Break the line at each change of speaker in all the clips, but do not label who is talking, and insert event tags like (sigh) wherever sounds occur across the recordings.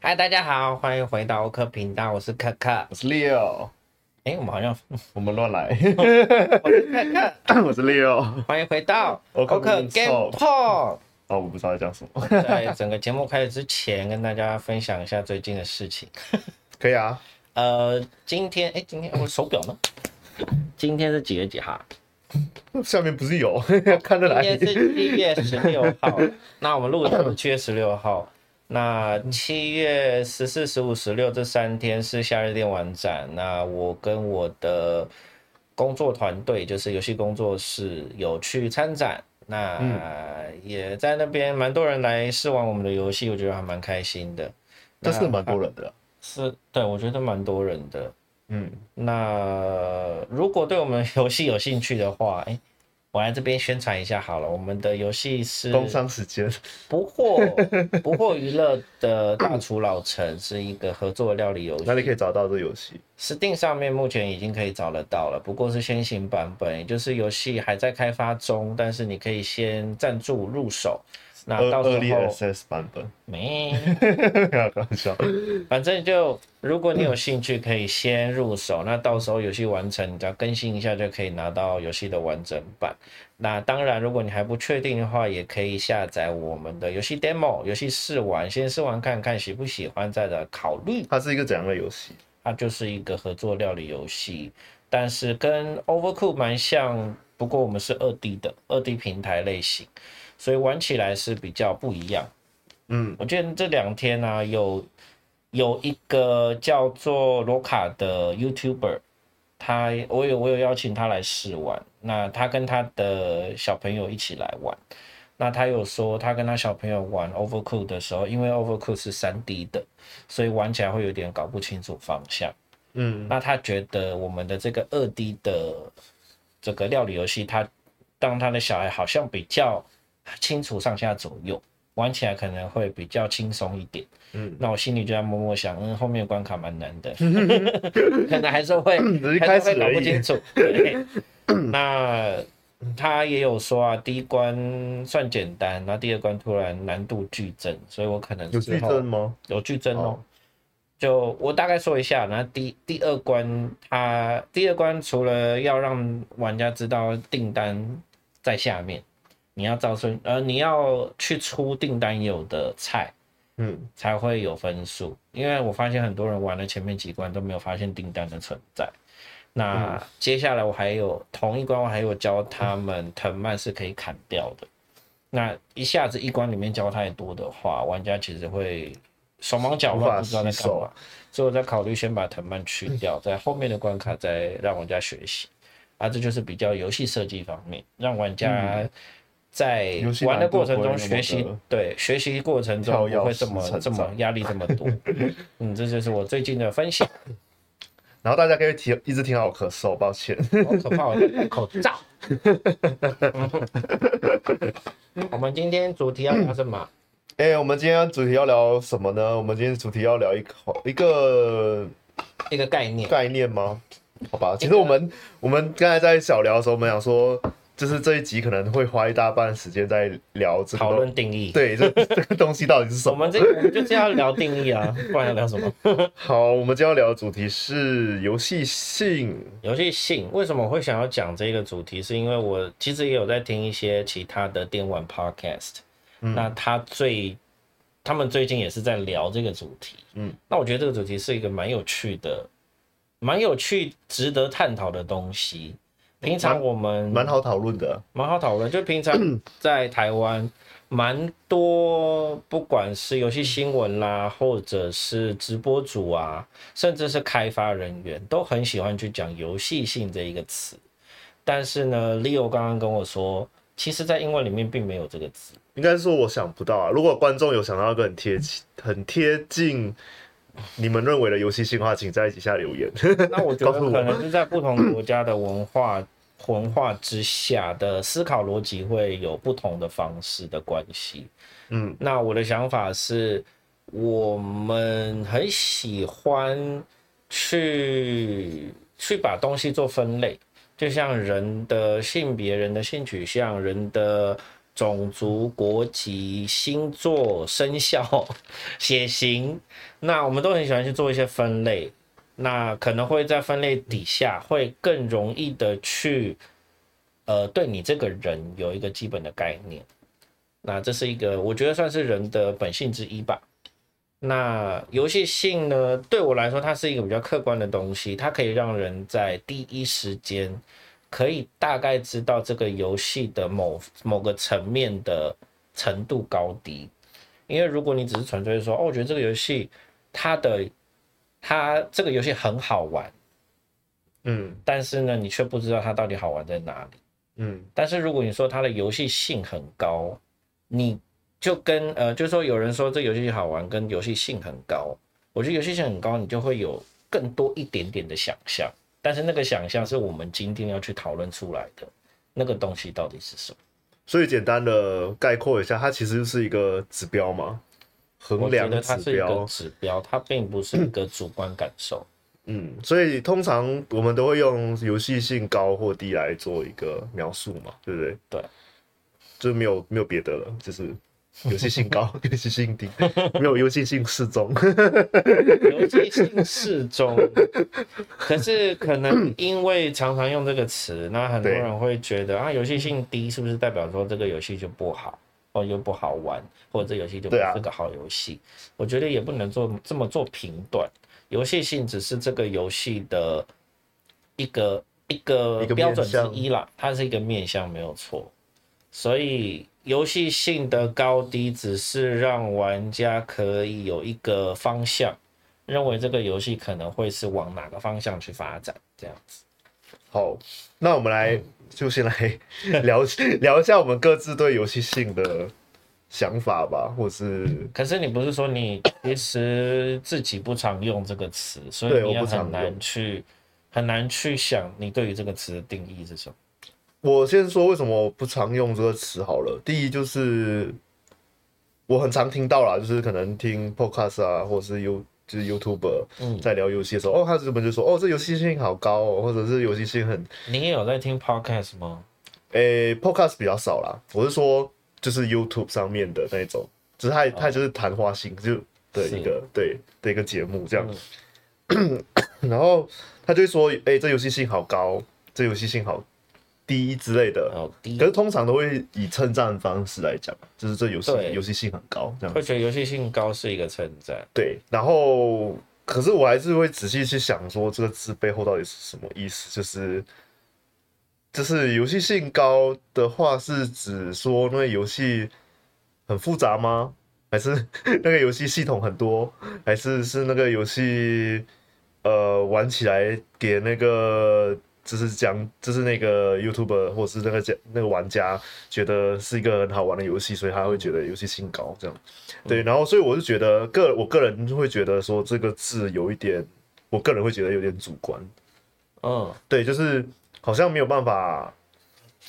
嗨，大家好，欢迎回到欧克频道，我是可可。
我是 Leo，
哎，我们好
(laughs)
像
我们乱来。
我是可可，
我是 Leo，
欢迎回到
欧克
欧克
频
Game
道
Pod。
哦，我不知道在讲什么。
在整个节目开始之前，跟大家分享一下最近的事情。
可以啊，
呃，今天哎，今天我手表呢？今天是几月几号？
下面不是有 (laughs) 看得
今
来？
天是七月十六号，那我们录的是七月十六号。那七月十四、十五、十六这三天是夏日电玩展。那我跟我的工作团队，就是游戏工作室，有去参展。那也在那边蛮多人来试玩我们的游戏，我觉得还蛮开心的。
但是蛮多人 (laughs) 的。
是，对我觉得蛮多人的。
嗯，
那如果对我们 (laughs) 游戏有兴趣的话，哎、我来这边宣传一下好了。我们的游戏是
工商时间。
不惑不惑娱乐的大厨老陈是一个合作料理游戏
哪里可以找到这游戏？
，Steam 上面目前已经可以找得到了，不过是先行版本，也就是游戏还在开发中，但是你可以先赞助入手。那
二
到时
二 y
候
SS 版本， (laughs)
没，
开玩笑。
反正就如果你有兴趣，可以先入手。那到时候游戏完成，你只要更新一下就可以拿到游戏的完整版。那当然，如果你还不确定的话，也可以下载我们的游戏 demo、游戏试玩，先试玩看看喜不喜欢，再来考虑。
它是一个怎样的游戏？
它就是一个合作料理游戏，但是跟 Overcook 蛮像，不过我们是二 D 的二 D 平台类型，所以玩起来是比较不一样。
嗯，
我记得这两天呢、有有一个叫做罗卡的 YouTuber，他我有我有邀请他来试玩，那他跟他的小朋友一起来玩。那他有说，他跟他小朋友玩 Overcook 的时候，因为 Overcook 是三 D 的，所以玩起来会有点搞不清楚方向。
嗯，
那他觉得我们的这个二 D 的这个料理游戏，他让他的小孩好像比较清楚上下左右，玩起来可能会比较轻松一点。
嗯，
那我心里就在默默想，嗯，后面关卡蛮难
(laughs)
的，可能还是会
只是
还
开
是会
始
搞
而
不
已
清。
(laughs)
楚。对那他也有说啊，第一关算简单，那第二关突然难度剧增，所以我可能
有
之
剧
后
增吗？
有剧增哦
哦。
就我大概说一下，然后第第二关它，第二关除了要让玩家知道订单在下面，你要照顺，呃，你要去出订单有的菜
嗯，
才会有分数。因为我发现很多人玩了前面几关都没有发现订单的存在。那
嗯
接下来我还有同一关，我还有教他们 (laughs) 藤蔓是可以砍掉的。那一下子一关里面教太多的话，玩家其实会手忙脚乱，不知道在干
无
嘛
法。
所以我在考虑先把藤蔓去
(laughs)
掉，在后面的关卡再让玩家学习。啊，这就是比较游戏设计方面，让玩家在
嗯游戏
玩的
难度
过程
不会
中
那么
学习
的，
对学习过程中
跳
不会
跃
这
式
么
成
这么
长
压力这么
(laughs)
多。嗯，这就是我最近的分享。
然后大家可以听，一直听到我咳嗽，抱歉。 (laughs)
好可怕！我在戴 (laughs) 口罩。我们今天主题要聊什么？
哎、我们今天主题要聊什么呢？我们今天主题要聊一个一个
一个概念。
概念吗？好
哎
吧，其实我们
啊
我们刚才在小聊的时候，我们想说，就是这一集可能会花一大半时间在聊这个
讨
东
论定义。
对这 (laughs) 这个东西到底是什
我
么。
们这我们就是要聊定义啊，不然要聊什么？
好，我们今天要聊的主题是游戏性，
游戏性为什么我会想要讲这个主题？是因为我其实也有在听一些其他的电玩 podcast，、那
嗯
他最他们最近也是在聊这个主题，
嗯，
那我觉得这个主题是一个蛮有趣的、蛮有趣、值得探讨的东西。平常我们
蛮好讨论的。
蛮好讨论。就平常在台湾，蛮多不管是游戏新闻啦，或者是直播主啊，甚至是开发人员，都很喜欢去讲游戏性这一个词。但是呢，Leo 刚刚跟我说，其实，在英文里面并没有这个词。
应该是说我想不到啊。如果观众有想到一个很贴切、很贴近你们认为的游戏性的话，请在底下留言。 (laughs)
那我觉得
告诉我
可能是在不同国家的文化。文化之下的思考逻辑会有不同的方式的关系，
嗯，
那我的想法是，我们很喜欢去去把东西做分类，就像人的性别、人的性取向、人的种族、国籍、星座、生肖、血型，那我们都很喜欢去做一些分类。那可能会在分类底下会更容易的去，呃，对你这个人有一个基本的概念。那这是一个我觉得算是人的本性之一吧。那游戏性呢，对我来说，它是一个比较客观的东西，它可以让人在第一时间可以大概知道这个游戏的某某个层面的程度高低。因为如果你只是纯粹说，哦，我觉得这个游戏它的它这个游戏很好玩，
嗯
但是呢，你却不知道它到底好玩在哪里。
嗯
但是如果你说它的游戏性很高，你就跟呃，就是说有人说这游戏好玩，跟游戏性很高，我觉得游戏性很高，你就会有更多一点点的想象。但是那个想象是我们今天要去讨论出来的那个东西到底是什么？
所以简单的概括一下，它其实就是一个指标嘛，衡
我觉
量
得它
指
是一个
标。
指标，它并不是一个主观感受。
嗯，所以通常我们都会用游戏性高或低来做一个描述嘛，对不对？
对，
就没有没有别的了，就是游戏性高、游戏性低，没有游戏性适中。
游戏性适中，可是可能因为常常用这个词，那很多
嗯对
人会觉得啊，游戏性低是不是代表说这个游戏就不好，或又不好玩，或者这游戏就不
对啊
是个好游戏？我觉得也不能做这么做评断，游戏性只是这个游戏的一个一个
一个面
标准之
向
一啦，它是一个面向没有错，所以游戏性的高低只是让玩家可以有一个方向，认为这个游戏可能会是往哪个方向去发展，这样子。
好，那我们来就先来 (laughs) 聊聊一下我们各自对游戏性的想法吧，或是
可是你不是说你其实自己不常用这个词，所以
对
你
我
也
不常
很难去很难去想你对于这个词的定义是什么？
我先说为什么我不常用这个词好了。第一就是我很常听到啦，就是可能听 podcast 啊，或是 You 就是 YouTuber
嗯
在聊游戏的时候，哦，他怎么就说哦，这游戏性好高哦，或者是游戏性很
你也有在听 podcast 吗？
诶、p o d c a s t 比较少啦。我是说，就是 YouTube 上面的那种，只是它它就是谈话性，就
哦
的
是嗯
一个对的一个节目这样。 (coughs) 然后他就会说，诶、这游戏性好高，这游戏性好低之类的。
哦，第一
可是通常都会以称赞方式来讲，就是这游戏
对
游戏性很高这样。
会觉得游戏性高是一个称赞。
对，然后可是我还是会仔细去想说这个字背后到底是什么意思，就是就是游戏性高的话是指说那个游戏很复杂吗？还是 (laughs) 那个游戏系统很多？还是是那个游戏呃玩起来给那个就是讲就是那个 YouTuber 或是那个讲那个玩家觉得是一个很好玩的游戏，所以他会觉得游戏性高这样。对，然后所以我就觉得个我个人就会觉得说这个字有一点，我个人会觉得有点主观，
嗯，
对，就是好像没有办法，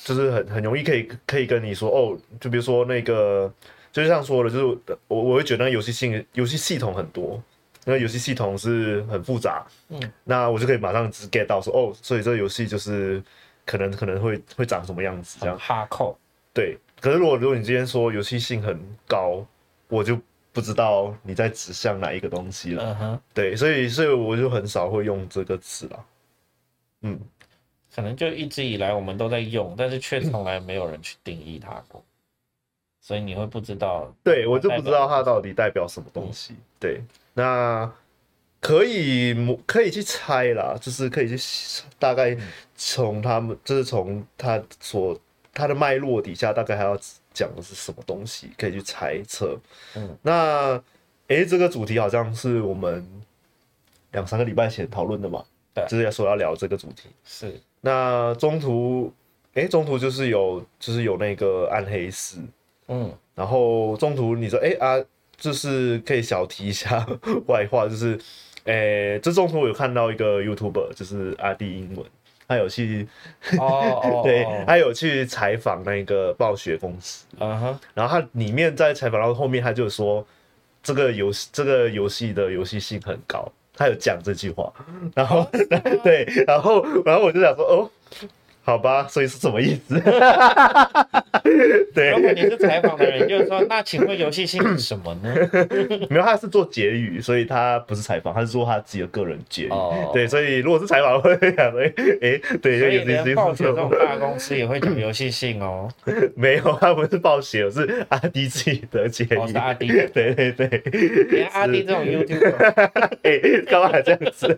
就是很很容易可以可以跟你说哦，就比如说那个，就像说的，就是我我会觉得那游戏性游戏系统很多，那游戏系统是很复杂，
嗯，
那我就可以马上只 get 到说哦，所以这个游戏就是可能可能会会长什么样子这样
很，哈扣。
对，可是如果如果你今天说游戏性很高，我就不知道你在指向哪一个东西了。
嗯哼，
对，所以所以我就很少会用这个词啦。嗯，
可能就一直以来我们都在用，但是却从来没有人去定义它过，所以你会不知道。
对我就不知道它到底代表什么东嗯西。对，那可以模可以去猜啦，就是可以去大概从他们，就是从他所他的脉络底下，大概还要讲的是什么东西，可以去猜测。
嗯，
那诶，这个主题好像是我们两三个礼拜前讨论的嘛，
对
就是要说要聊这个主题。
是，
那中途，诶，中途就是有就是有那个暗黑四，
嗯，
然后中途你说，哎、啊，就是可以小提一下 (laughs) 外话，就是，诶、这中途我有看到一个 YouTuber，就是阿弟英文，他有去，
哦哦，
(laughs) 对，
哦
他有去采访那个暴雪公司，
嗯哼，
然后他里面在采访到后面，他就说这个游戏这个游戏的游戏性很高， (laughs) 他有讲这句话，然后、对，然后然后我就想说，哦，好吧，所以是什么意思？ (laughs)
如果你
对，
是采访的人，就是说，那请问游戏性是什么
(laughs)
呢？
没有，他是做结语，所以他不是采访，他是做他自己的个人结语。
哦
对，所以如果是采访，我会想说，哎、哎对，
所
就
以
有
连
些
暴雪这种大公司也会讲游戏性
(laughs)
哦。
没有，他不是报写，是阿迪自己的结语。
哦是阿迪
对对对，
连阿弟这种 YouTube，
哎、干嘛这样子？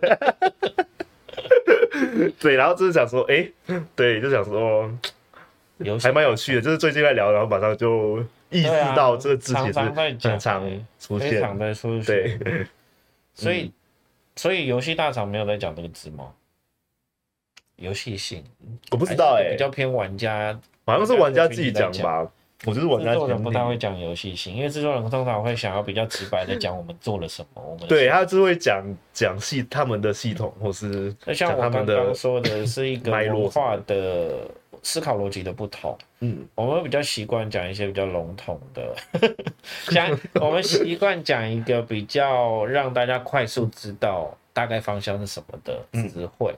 对，然后就是想说，哎、对，就想说哦
游戏
还蛮有趣的，就是最近在聊，然后马上就意识
对啊
到这个字体
常
是
常会讲
很常出
非
现。
常的出
对
现，，所
嗯
以所以游戏大厂没有在讲这个字吗？游戏性不
我不知道哎、
比较偏玩家，
好像是玩家自己讲吧，我就是玩
制
家
作
自
人
己
不太
定。
会讲游戏性，因为制作人通常会想要比较直白的讲我们做了什么，我们
对，他就会讲讲系他们的系统，或是
那像
讲
我
他
刚
们的
刚说的是一个
脉络
文化的思考逻辑的不同，
嗯，
我们比较习惯讲一些比较笼统的， (laughs) 讲
(laughs)
我们习惯讲一个比较让大家快速知道大概方向是什么的词汇，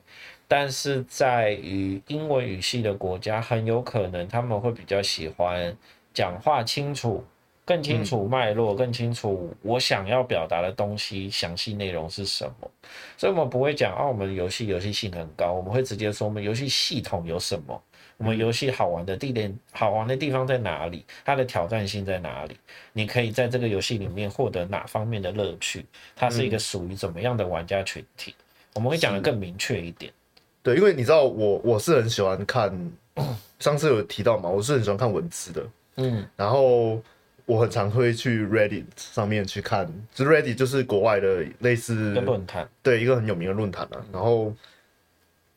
但是在于英文语系的国家，很有可能他们会比较喜欢讲话清楚。更清楚脉络，更清楚我想要表达的东西详细内容是什么，所以我们不会讲啊，我们游戏游戏性很高，我们会直接说我们游戏系统有什么，我们游戏好玩的地点、好玩的地方在哪里？它的挑战性在哪里？你可以在这个游戏里面获得哪方面的乐趣？它是一个属于怎么样的玩家群体？我们会讲的更明确一点。
对，因为你知道我我是很喜欢看，上次有提到嘛，我是很喜欢看文字的，
嗯，
然后我很常会去 Reddit 上面去看，就是 Reddit 就是国外的类似
跟论坛
对一个很有名的论坛啊。然后，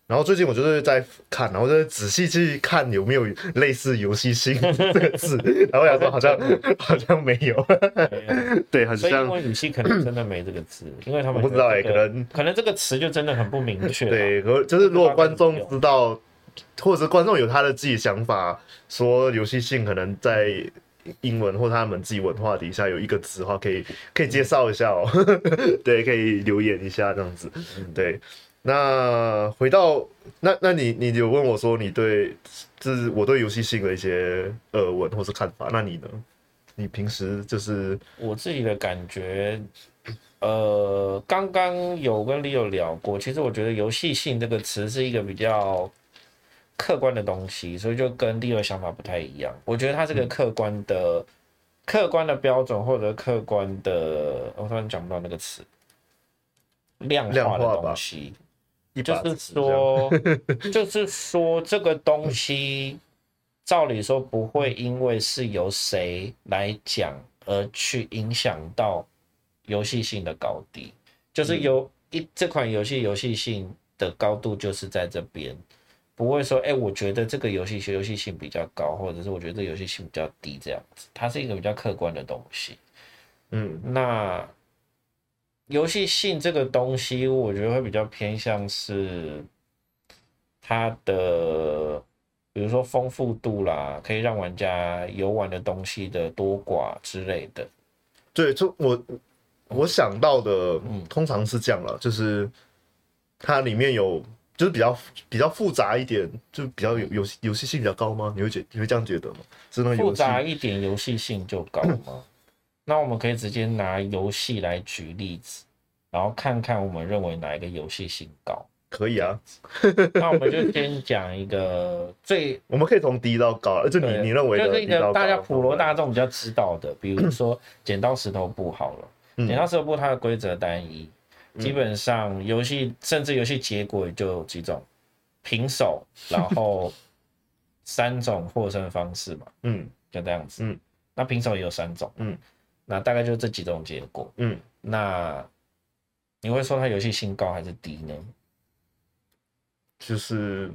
然后最近我就是在看，然后就是仔细去看有没有类似“游戏性”这个字，然后我想说好像好像没有，
没有，
(laughs) 对，很
所以英
像。
文语系可能真的没这个
(coughs)
字，因为他
我
们
不知道哎、
这
可
个
能
可能这个词就真的很不明确。，
(laughs) 对，可就是如果观众知道，或者是观众有他的自己想法，说游戏性可能在英文或他们自己文化底下有一个字的话，可以可以介绍一下
(laughs)
哦，对，可以留言一下这样子，对。那回到那，那你你有问我说你对，就是我对游戏性的一些耳闻或是看法，那你呢？你平时就是
我自己的感觉，呃，刚刚有跟 Leo 聊过，其实我觉得“游戏性”这个词是一个比较客观的东西，所以就跟 Leo 的想法不太一样。我觉得它是个客观的、客观的标准，或者客观的，我突然讲不到那个词，量
量
化的
化吧
东西。
一
就
把
是
尺这样
说，
(laughs)
就是说这个东西，照理说不会因为是由谁来讲而去影响到游戏性的高低，就是
嗯
有一这款游戏游戏性的高度就是在这边。不会说，哎、我觉得这个游戏游戏性比较高，或者是我觉得这个游戏性比较低，这样子，它是一个比较客观的东西。
嗯
那游戏性这个东西，我觉得会比较偏向是它的，比如说丰富度啦，可以让玩家游玩的东西的多寡之类的。
对，就我
嗯
我想到的，通常是这样了，就是它里面有就是比较比较复杂一点，就比较有游戏游戏性比较高吗？你会觉你会这样觉得吗？是那个
嗯复
游戏
杂一点，游戏性就高嘛。那我们可以直接拿游戏来举例子，然后看看我们认为哪一个游戏性高。
可以啊，
那我们就先讲一个最
我们可以从低到高啊，就你
对
你认为
就
的
是一
低到
个
高
大家普罗大众比较知道的，比如说剪刀石头布好了，
嗯
剪刀石头布它的规则单一，基本上游戏甚至游戏结果也就有几种，平手，然
(laughs)
后三种获胜方式嘛，
嗯
就这样子。
嗯，
那平手也有三种，
嗯，
那大概就这几种结果。
嗯，
那你会说它游戏性高还是低呢？
就是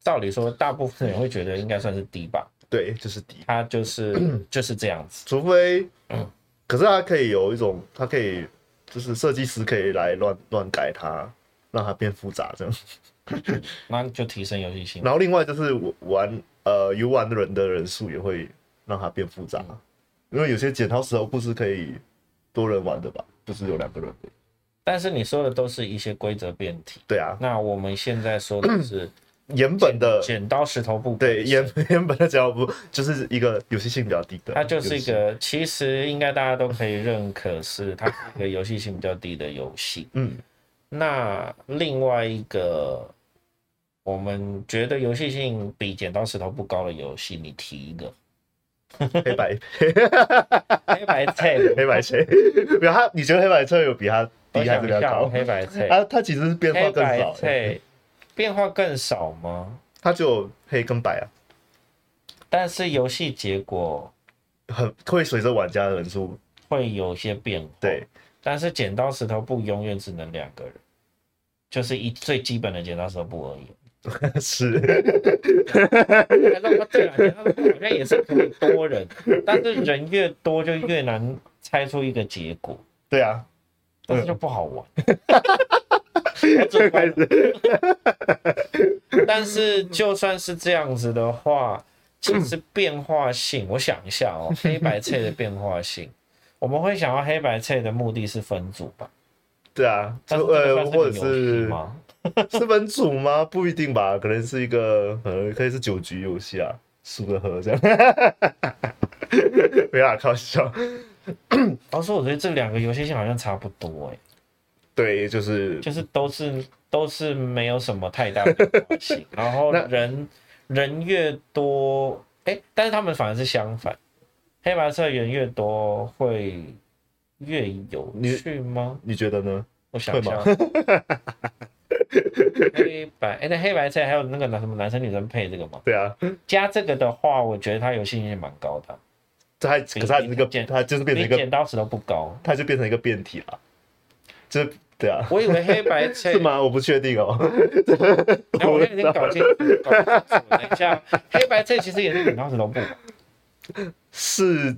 照理说，大部分人会觉得应该算是低吧，
对，就是低，
它就是
(clears throat)
就是这样子。
除非
嗯
可是它可以有一种，它可以就是设计师可以来乱乱改它，让它变复杂这样。
那就提升游戏性。
然后另外就是我玩呃游玩的人的人数也会让它变复
嗯
杂，因为有些剪刀石头布是可以多人玩的吧，不是有两个人
嗯
的。
但是你说的都是一些规则变体。
对啊，
那我们现在说的是
原本的
剪刀石头布，
对原原本的脚步就是一个游戏性比较低的，
它就是一
游戏
个，其实应该大家都可以认可是它是一个游戏性比较低的游戏。
嗯
那另外一个，我们觉得游戏性比剪刀石头布高的游戏，你提一个
黑白
黑
(laughs)
白菜的，
黑白车， (laughs) 没有他，你觉得黑白车有比他
我
低还是
想
比
一
较
下哦，
高？
黑白
(laughs)
菜，
他他其实是变化
黑
更
白
少、欸，
菜变化更少吗？
他只有黑跟白啊，
但是游戏结果
很会随着玩家的人数
会有些变化。
对，
但是剪刀石头布永远只能两个人，就是一最基本的剪刀石头布而已。哦
(laughs) 是
那么对啊，剪刀石头布好像也是可以多人，但是人越多就越难猜出一个结果，
对啊，
但是就不好玩。我只
开
玩
始
但是就算是这样子的话，其实变化性，我想一下哦，黑白菜的变化性，我们会想要黑白菜的目的是分组吧？
对啊，
但是
就
这个
呃
算
或
个
者
游戏
是
吗？
(laughs) 是分组吗？不一定吧，可能是一个可能可以是九局游戏啊，输了喝这样， (laughs) 没啦，开玩笑，
老实说，我觉得这两个游戏性好像差不多哎、
嗯对，就是
就是都是都是没有什么太大的变化性，然后
(laughs) 那
人人越多，哎、但是他们反而是相反，黑白菜人越多会越有
你
趣吗？
你觉得呢？
我想一下
会，
黑白哎、那黑白菜还有那个男什么男生女生配这个吗？
对啊，
加这个的话，我觉得它游戏性蛮高的，啊
这还可是它是一个
比
它就是变成
比
一个
剪刀石头布高。
它就变成一个变体了，这对啊，
我以为黑白
(laughs)
菜
是吗？我不确定哦。
(laughs) 哎，我有点搞清楚，搞清
(laughs)
楚。等一下，黑白菜其实也是剪刀石头布。
是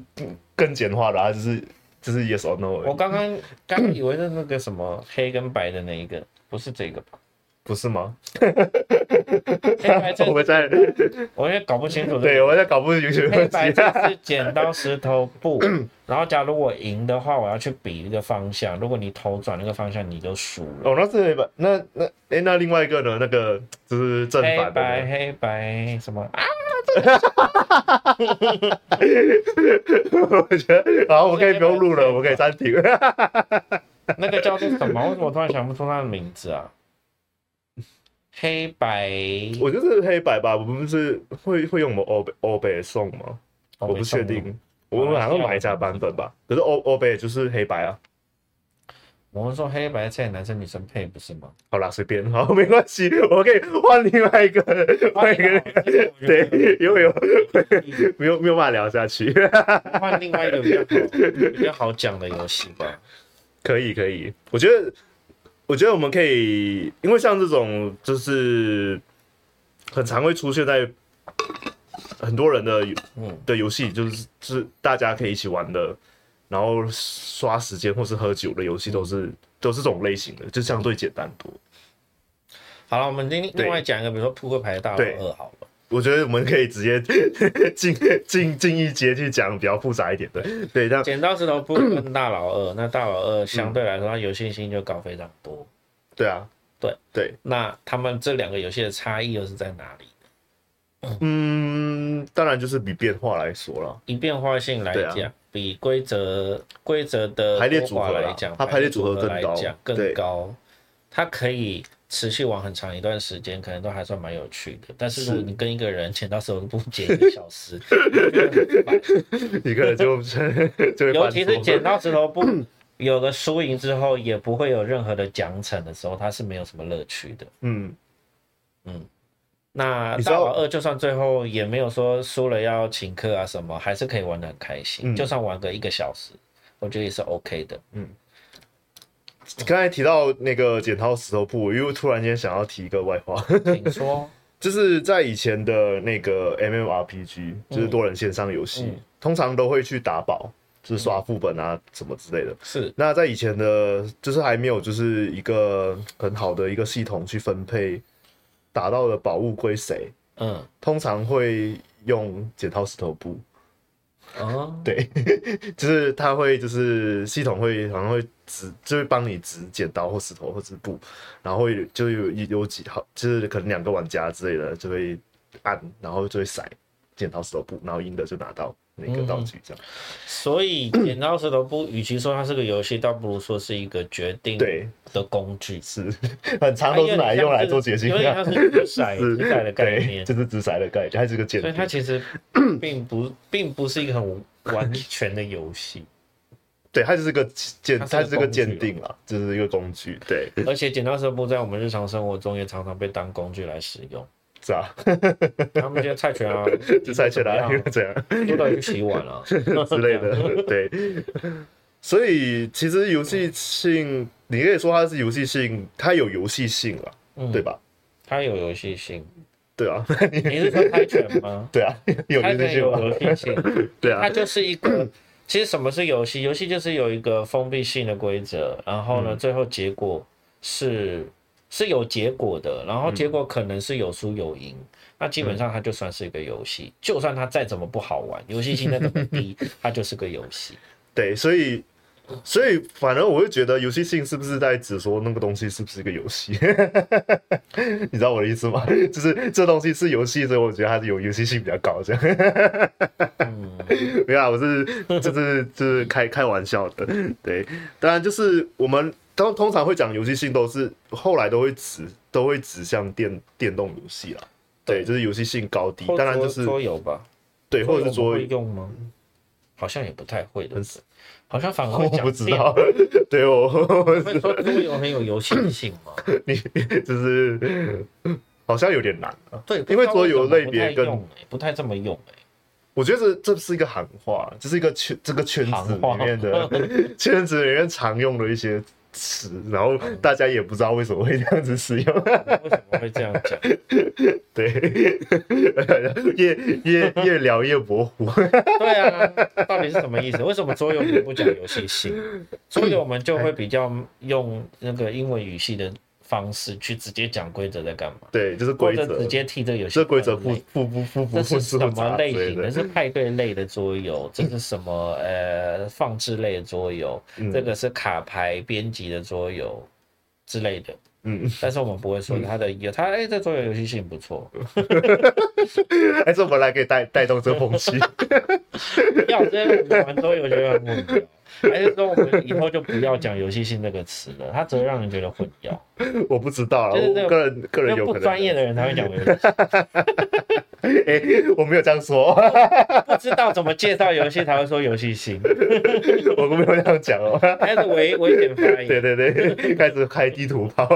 更简化的、啊，就是就是 yes or no，而
我
已
刚刚刚刚以为是那个什么黑跟白的那一个，不是这个吧？
不是吗？
黑白菜
(laughs) 我，们在
我也搞不清楚。
对，我们在搞不清楚
黑
游
白
戏，
菜是剪刀石头布，然后假如我赢的话，我要去比一个方向。如果你头转那个方向，你就输了。
(laughs) 哦，那是黑白，那那哎，那另外一个呢？那个就是正
黑
反
白
的
黑白什么啊？
呢， (laughs) 我觉得好，我们可以不用录
黑白
了，我们可以暂停。 (laughs)
那个叫做什么？为什么我突然想不出它的名字啊？黑白，
我就是黑白吧，我们不是会会用我们欧北欧北送吗？
哦
我不确。
没
定，
送
我
吗
们好像买一下版本吧。可是欧欧北就是黑白啊，
我们说黑白菜男生女生配不是吗？
好啦，随便， (laughs) 好，没关系，我可以换另外一个，换一个，对，因为 (laughs) 有 (laughs) 没有没有办法聊下去。
换另外一个比较好比较好讲的游戏吧。
可以可以，我觉得，我觉得我们可以，因为像这种就是很常会出现在很多人的
嗯
的游戏，就是是大家可以一起玩的，然后刷时间或是喝酒的游戏，都
嗯
是、都是这种类型的，就相对简单多。
好了，我们另
对
另外讲一个，比如说扑克牌大老
对
二好了。
我觉得我们可以直接 (laughs) 进进进一阶去讲比较复杂一点的，对，但
剪刀石头布跟大老二，那大老二相对来说，它游戏性就高非常多。
对啊，
对
对，
那他们这两个游戏的差异又是在哪里？
嗯，当然就是比变化来说了。
以变化性来
对啊
讲，比规则规则的
排列
多
组合
寡
啦
来讲，
它排列组合更
来
高
讲
对
更高，它可以持续玩很长一段时间，可能都还算蛮有趣的。但是如果
是
你跟一个人剪刀石头布剪一个小时，你就会很烦
一个人就 (laughs) 就会
尤
犯
其
错
是剪刀石头布，有了输赢之后，也不会有任何的奖惩的时候，它是没有什么乐趣的。
嗯，
那
你知
大
道
老二就算最后也没有说输了要请客啊什么，还是可以玩的很开心，
嗯
就算玩个一个小时，我觉得也是 OK 的。
刚才提到那个剪刀石头布，我又突然间想要提一个外话， (laughs)
请说，
就是在以前的那个 MMORPG，就是多人线上游戏，
嗯
通常都会去打宝，就是刷副本啊什么之类的。
(laughs) 是
那在以前的，就是还没有就是一个很好的一个系统去分配打到的宝物归谁，
嗯，
通常会用剪刀石头布。
哦，
对，就是它会就是系统会好像会指，就会帮你指剪刀或石头或是布，然后会就有有几号，就是可能两个玩家之类的就会按，然后就会骰剪刀石头布，然后赢的就拿到那个道具这样。
所以剪刀石头布，与其说它是个游戏，倒不如说是一个决定
对，
的工具。
是很长
它有
都是
点
拿来
像
用来
是
做决心
有点
的，
像是掷骰掷
(laughs) 是
骰的概
啊对
念。
就是直骰的概念，它是个简
所以它其实并不并不是一个很完全的游戏，
对，它就是个鉴，
它
它
是
是
个
个
工具
鉴定啦，就是一个工具，对，
而且剪刀石头布在我们日常生活中也常常被当工具来使用。
是啊，
他们这些菜拳啊，
就猜起来
怎么样
(laughs) 这样。
丢到一起玩了之 (laughs)
之类。的， (laughs) 对。所以其实游戏性，你可以说它是游戏性，它有游戏性了，
嗯
对吧？
它有游戏性，
对啊，？
你是说猜拳吗
(laughs) 对啊，有
猜
游戏
拳
性
有
吧？
游戏性，
对
它
啊，
就是一个。其实什么是游戏？游戏就是有一个封闭性的规则，然后
嗯
呢，最后结果是是有结果的，然后结
嗯
果可能是有输有赢。那基本上它就算是一个游戏，就算它再怎么不好玩，游戏性再怎么
(laughs)
低，它就是个游戏。
对，所以。所以，反而我会觉得游戏性是不是在指说那个东西是不是一个游戏？ (laughs) 你知道我的意思吗？ (laughs) 就是这东西是游戏，所以我觉得它是有游戏性比较高，这样。
嗯，
(laughs) 没有啊，我是就是就是开开玩笑的，对，当然就是我们通通常会讲游戏性都是后来都会指都会指向电电动游戏啦，对，就是游戏性高低， (laughs) 当然就是
桌游吧，
对，或者是
桌游我们
桌
会
游，
用吗？好像也不太会的，好像反而会
我
讲
不知
(laughs)
道， (laughs) 对我我
电脑。会说桌游很有游戏性吗？
你就是好像有点难啊，
对，
(laughs) 因为桌游类别
不太
跟
用欸不太这么用欸
我觉得这这是一个行话，这是一个圈这个圈子
行
里
话
面的圈子里面常用的一些词，然后大家也不知道为什么会这样子使用。
为什么会这样讲？
对， (laughs) 越越越聊越模糊。
(laughs) 对啊，到底是什么意思？为什么桌游你不讲游戏
(laughs)
性？桌游我们就会比较用那个英文语系的方式去直接讲规则在干嘛，
对，就是
或
规
者
则
直，接替这个游戏
这规则
分
复
类
复不复不
这
复
是
复
什么
杂之
类
类
型的？
的。
是派对类的桌游，这是什么？ (laughs) 呃，放置类的桌游，
嗯
这个是卡牌编辑的桌游之类的。
嗯，
但是我们不会说它的有它哎，这桌游游戏性不错，
还哎是我们来可以带带动这个风
(laughs)
气。
要这样我们玩桌游觉得很无聊，哦还是说我们以后就不要讲游戏性这个词了？它只会让人觉得混淆，
我不知道啦，啊
就是那
我
个
个人个
因
人
为
有可
不
能
专业的人才会讲游戏性，
哎，我没有这样说， (laughs)
不知道怎么介绍游戏才会说游戏性，
我没有这样讲哦。
还是危危险发言。
对对对， (laughs) 开始开地图炮。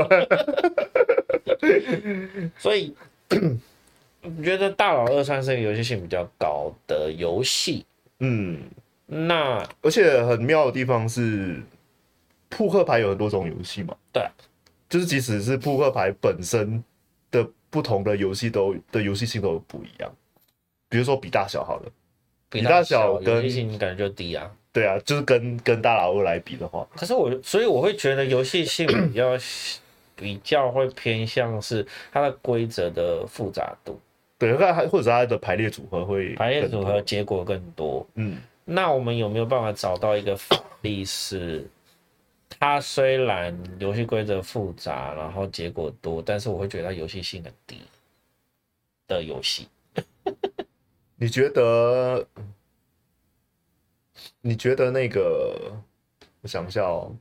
所以我觉得大佬二三是个游戏性比较高的游戏。
嗯，
那
而且很妙的地方是，扑克牌有很多种游戏嘛。
对啊，
就是即使是扑克牌本身的不同的游戏都的游戏性都不一样。比如说比大小好了，
比
比大
小
小跟
游戏性感觉就低啊。
对啊，就是跟跟大老二来比的话，
可是我，所以我会觉得游戏性比较比较会偏向是它的规则的复杂度，
对，那还或者它的排列组合会
排列
更
组
多
合，结果更多。
嗯，
那我们有没有办法找到一个法例是，它虽然游戏规则复杂，然后结果多，但是我会觉得它游戏性很低的游戏？
你觉得？你觉得那个？我想一下哦，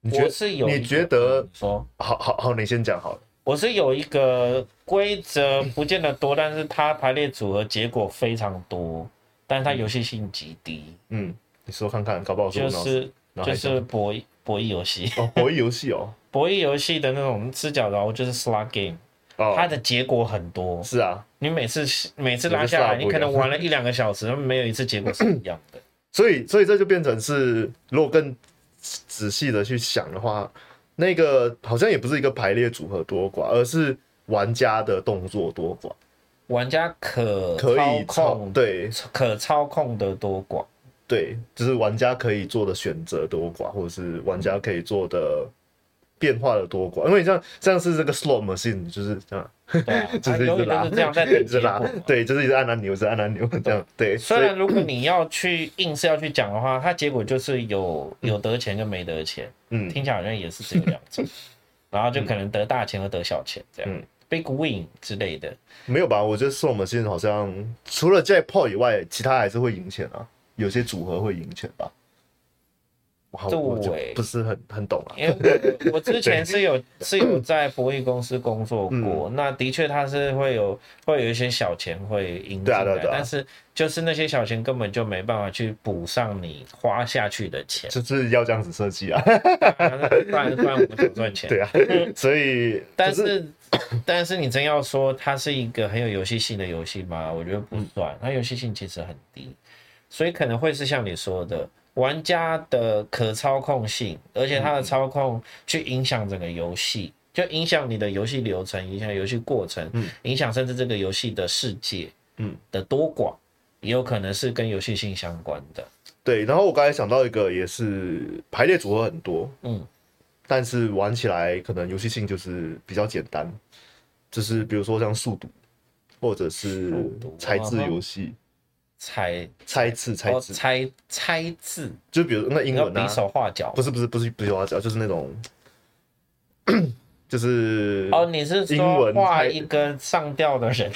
你觉
我
得
是有一个，
你觉得
嗯你说
好好好，你先讲好了。
我是有一个规则不见得多，但是它排列组合结果非常多，但是它游戏性极低，
嗯，你说看看，搞不好说
就
脑
是
脑海
就
想
是博弈博弈游戏， (laughs)
哦，博弈游戏哦，
博弈游戏的那种吃角然后就是 slot game，
哦，
它的结果很多，
是啊，
你每次每次拉下来，
每次 slot
你可能玩了一两个小时， (laughs) 没有一次结果是一样的。
所以所以这就变成是，如果更仔细的去想的话，那个好像也不是一个排列组合多寡，而是玩家的动作多寡，
玩家可
可以
操
操
控，
对
可操控的多寡，
对，就是玩家可以做的选择多寡，或者是玩家可以做的变化的多寡，因为你像像是这个 slot machine 就是这样，
对啊，
(laughs) 就
它
是一
永
直
远
拉，
都是这样在等
(laughs) 一
结
直拉
果。，
对，就是一直按按钮，一直按按钮这样，对，
虽
所以
然如果你要去硬是要去讲的话，它结果就是有有得钱跟没得钱，
嗯，
听起来好像也是只有两
(laughs)
种，然后就可能得大钱和得小钱这样、
嗯
b i g win 之类的。
没有吧？我觉得 slot machine 好像除了 jackpot 以外，其他还是会赢钱啊，有些组合会赢钱吧。哇，
对
我就不是很很懂啊。
因为我我之前是有是有在博弈公司工作
嗯
过，那的确它是会有会有一些小钱会赢进
对啊
来，
对啊对啊，
但是就是那些小钱根本就没办法去补上你花下去的钱
(laughs) 就是要这样子设计
(laughs)
啊，
不然不然我们怎么赚钱？
对啊， (laughs) 所以
但
可
是， (coughs) 但是你真要说它是一个很有游戏性的游戏吗？我觉得不算，它游戏性其实很低，所以可能会是像你说的，玩家的可操控性，而且它的操控去影响整个游戏，就影响你的游戏流程，影响游戏过程，影响甚至这个游戏的世界，
嗯，
的多寡，也有可能是跟游戏性相关的。
对，然后我刚才想到一个，也是排列组合很多，
嗯，
但是玩起来可能游戏性就是比较简单，就是比如说像数独，或者是
数独
猜字游戏，
猜
猜字猜
啊哦
字，
猜猜字，
就比如那英
你要
文
比
啊，
手画脚
不。是不是不是不是花椒，就是那种， (coughs) 就是
哦，你是
英
说
文
画
猜
一个上吊的
(laughs)
人？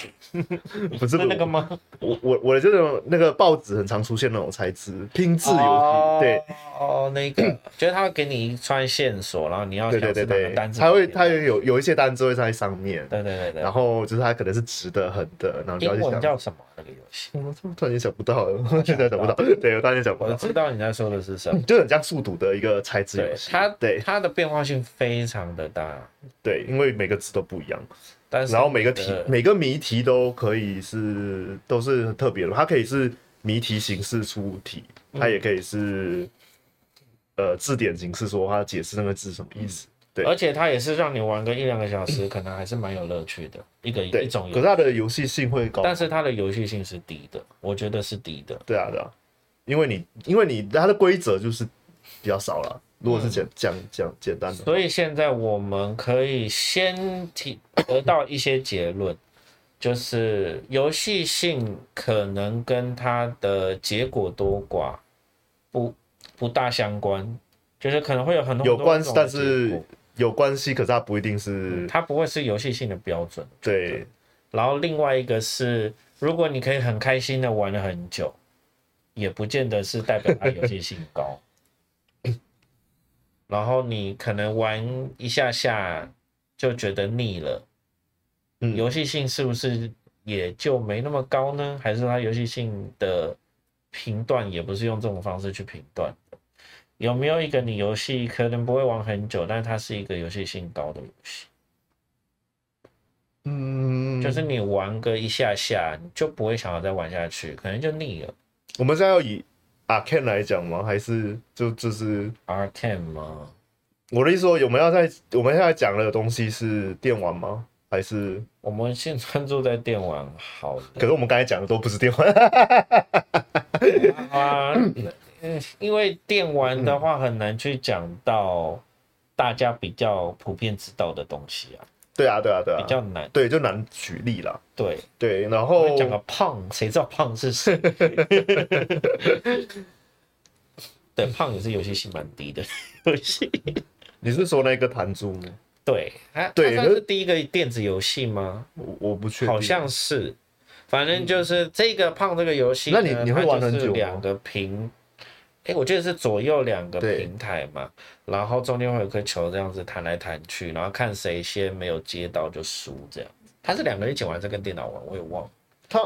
不是
是那个吗？
我我我的这种那个报纸很常出现那种猜字拼字游戏，对。，
哦，那个
(coughs)
就是他会给你一串线索，然后你要
对
想
对对
是哪个
对，
单字
它会
旁边
它有有有一些单字会在上面，
对对对对，
然后就是它可能是直的、横的，然后你要
英
去
文
想。哦
叫什么那个游戏？
我突突然间想不到了， (laughs) 我现在想不到，对我突然间想不
我
到，
知道你在说的是什么。
就很像速读的一个猜字
对
游戏。
它，
嗯对
它的变化性非常的大，
对，因为每个字都不一样，
但是
然后每个题
呃
每个谜题都可以是都是很特别的，它可以是谜题形式出题，它
嗯
也可以是呃字典形式说它解释那个字什么意思。对
而且它也是让你玩个一两个小时，可能还是蛮有乐趣的一个
对，
一种游
可是
戏，
它的游戏性会高，
但是它的游戏性是低的，我觉得是低的。
对啊对啊，因为你因为你它的规则就是比较少了。如
嗯
果是简讲讲简单的话，
所以现在我们可以先提得到一些结论， (coughs) 就是游戏性可能跟它的结果多寡不不大相关，就是可能会有很多
有关
很多种
但
的
是呃
结果嗯
有关系，可是它不一定是
它不会是游戏性的标准。
对，
然后另外一个是，如果你可以很开心的玩了很久，也不见得是代表它游戏性高。然后你可能玩一下下就觉得腻了，
嗯
游戏性是不是也就没那么高呢？还是它游戏性的评断也不是用这种方式去评断的？有没有一个你游戏可能不会玩很久，但它是一个游戏性高的游戏？
嗯，
就是你玩个一下下，你就不会想要再玩下去，可能就腻了。
我们现在要以 Arcane 来讲吗？还是就就是
Arcane 吗？
我的意思说，我们要在我们现在讲的东西是电玩吗？还是
我们先专注在电玩好了。
可是我们刚才讲的都不是电玩， (laughs)
啊，嗯，因为电玩的话很难去讲到大家比较普遍知道的东西啊，
对啊对啊对
比
啊，
较难。
对就难举例啦。
对，
对，然
我
后
讲啊个胖，谁知道胖是谁？ (laughs) 对，胖也是游戏性蛮低的游戏。
你是说那个弹珠吗？
对，啊它
对
它算是第一个电子游戏吗？
我我不确定，嗯
好像是，反正就是这个胖这个游戏呢，
那你你会玩很久吗
它就是两个平，哎、我记得是左右两个
对
平台嘛，然后中间会有颗球这样子弹来弹去，然后看谁先没有接到就输这样。它是两个人一起玩，还是跟电脑玩，我也忘了。
它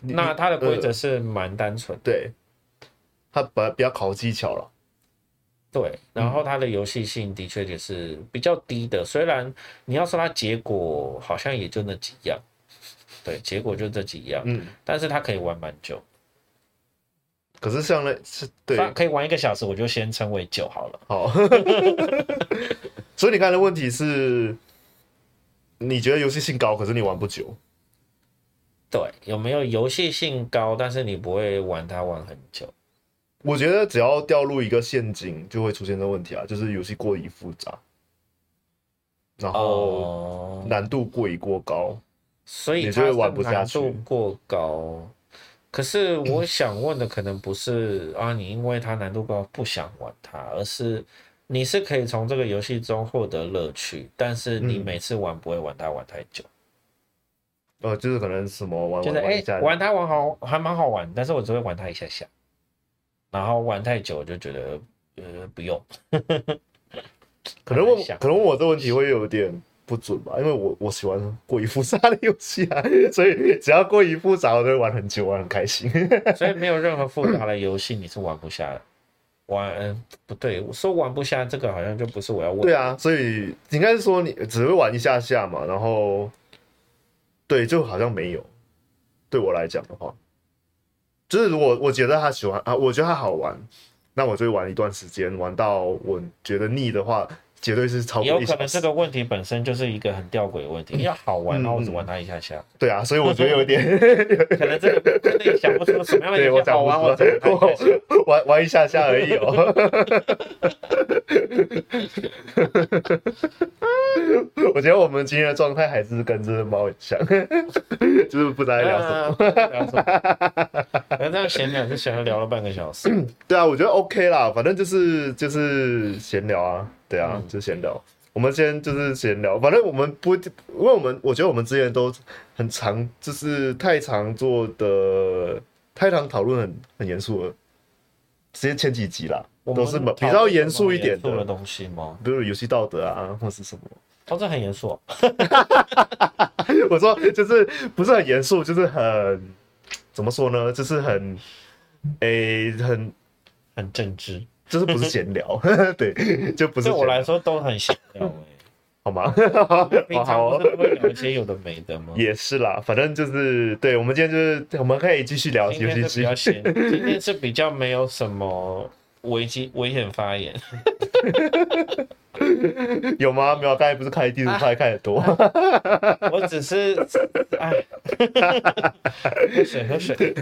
你
那它的规则
呃
是蛮单纯，
对，它比比较考技巧了。
对，
嗯
然后它的游戏性的确也是比较低的，虽然你要说它结果好像也就那几样， (laughs) 对，结果就这几样，
嗯，
但是它可以玩蛮久。
可是像那是对
反可以玩一个小时，我就先称为九好了。
好， (laughs) 所以你刚才的问题是，你觉得游戏性高，可是你玩不久，
对，有没有游戏性高，但是你不会玩它玩很久？
我觉得只要掉入一个陷阱，就会出现这个问题啊，就是游戏过于复杂，然后
哦，
难度过于过高。
所以
你
它
就会
是
玩不下
难
去
度过高。可是我想问的可能不是啊，你因为它难度高不想玩它，而是你是可以从这个游戏中获得乐趣，但是你
嗯
每次玩不会玩它玩太久，
呃，就是可能什么玩
就是
玩
哎、
玩一下，
玩它玩好还蛮好玩，但是我只会玩它一下下，然后玩太久我就觉得呃不用，
可能我
想
可能我这问题会有点不准吧，因为我我喜欢过于复杂的游戏啊， (laughs) 所以只要过于复杂，我都会玩很久，玩很开心。
所以没有任何复杂的游戏你是玩不下的。玩嗯不对，我说玩不下这个好像就不是我要问的
对啊，所以应该是说你只会玩一下下嘛，然后对，就好像没有。对我来讲的话，就是我我觉得他喜欢啊，我觉得他好玩，那我就会玩一段时间，玩到我觉得腻的话，绝对是超
也
过
有
一
可
小
能这。
时
个问题本身就是一个很吊诡的问题，要好玩，
嗯
然后我只玩它一下下，
对啊，所以我觉得有点，
(laughs) 可能这个真的想不出什么样的
对
游
我
戏好
讲不
玩，我只玩它一
出
下下。
来，我玩玩一下下而已哦。 (laughs) 我觉得我们今天的状态还是跟这只猫很像， (laughs) 就是不知道在聊什么。
啊聊什么？哎那这样闲聊就闲聊了半个
(clears throat)
小时，
对啊，我觉得 OK 啦，反正就是就是闲聊啊，对啊，
嗯
就闲聊。我们先就是闲聊，反正我们不，因为我们我觉得我们之前都很常，就是太常做的，太常讨论很很严肃了。直接前几集啦，
我们
都是
讨论
比较严肃一点
严肃的
的，
东西吗？
比如游戏道德啊，或是什么。
哦，这很严肃哦，
我说就是不是很严肃，就是很怎么说呢，就是很诶、很
很政治，
就是不是闲聊， (laughs) 对，就不是
对我
闲
来说都很闲聊哎。(laughs)
好吗？好好
平常
哦好
不是都会聊一些有的没的吗？
也是啦，反正就是对，我们今天就是我们可以继续聊
今
游
天是比
戏机
较，闲，今天是比较没有什么危机危险发言。
(laughs) 有吗？没有，刚才不是开
啊
地图派开的多，
我只是，哎，喝水喝水。